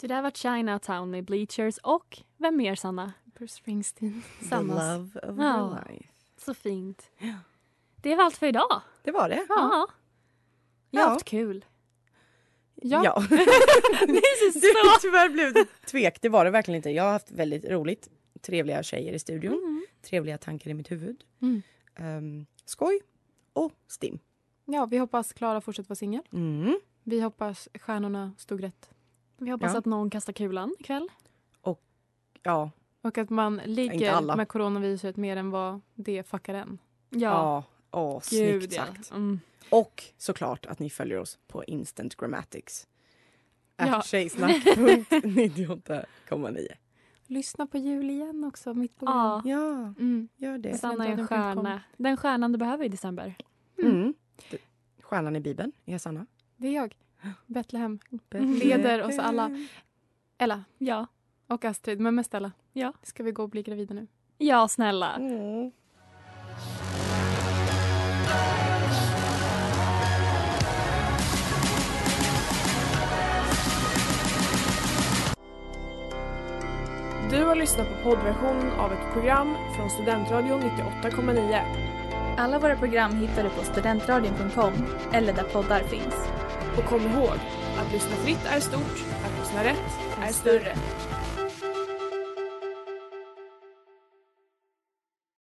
Speaker 7: Det där var Chinatown med Bleachers och vem mer Sanna?
Speaker 5: Bruce Springsteen.
Speaker 7: Samma.
Speaker 6: love of
Speaker 7: Ja.
Speaker 6: your life.
Speaker 7: Så fint. Det var allt för idag.
Speaker 6: Det var det.
Speaker 7: Ja. Jag har
Speaker 6: Ja.
Speaker 7: haft kul.
Speaker 5: Ja.
Speaker 6: <laughs>
Speaker 7: <laughs>
Speaker 6: du, tyvärr blev det tvek. Det var det verkligen inte. Jag har haft väldigt roligt. Trevliga tjejer i studion.
Speaker 7: Mm.
Speaker 6: Trevliga tankar i mitt huvud.
Speaker 5: Mm.
Speaker 6: Ehm, skoj och stim.
Speaker 5: ja, vi hoppas Klara fortsätter vara singel.
Speaker 6: Mm.
Speaker 5: Vi hoppas stjärnorna stod rätt.
Speaker 7: Vi hoppas
Speaker 6: Ja.
Speaker 7: att någon kastar kulan ikväll.
Speaker 6: Ja.
Speaker 5: Och att man
Speaker 6: Inte
Speaker 5: ligger
Speaker 6: alla.
Speaker 5: med coronaviruset mer än vad det fuckar en.
Speaker 7: Ja.
Speaker 6: Ja. Åh,
Speaker 7: Gud
Speaker 6: snyggt
Speaker 7: ja.
Speaker 6: sagt.
Speaker 7: Mm.
Speaker 6: Och såklart att ni följer oss på Instant Grammatics.
Speaker 5: Ja.
Speaker 6: At Tjejsnack.98,9.
Speaker 5: Lyssna på jul igen också. Mitt
Speaker 7: <laughs>
Speaker 5: på
Speaker 7: Ja.
Speaker 6: Ja,
Speaker 5: Mm.
Speaker 6: gör det.
Speaker 7: Sanna är en
Speaker 5: Studentradion.com.
Speaker 7: stjärna. Den stjärnan du behöver i december.
Speaker 6: Mm. Stjärnan i Bibeln är Sanna. <gasps>
Speaker 7: Mm.
Speaker 5: Det är jag. Betlehem. Leder oss alla. Ella,
Speaker 7: Ja.
Speaker 5: Och Astrid, men med Stella.
Speaker 7: Ja.
Speaker 5: Ska vi gå och bli gravida nu?
Speaker 7: Ja, snälla.
Speaker 9: Du har lyssnat på poddversionen av ett program från Studentradion 98,9.
Speaker 10: Alla våra program hittar du på studentradion.com eller där poddar finns.
Speaker 9: Och kom ihåg, att lyssna fritt är stort, att lyssna rätt är större.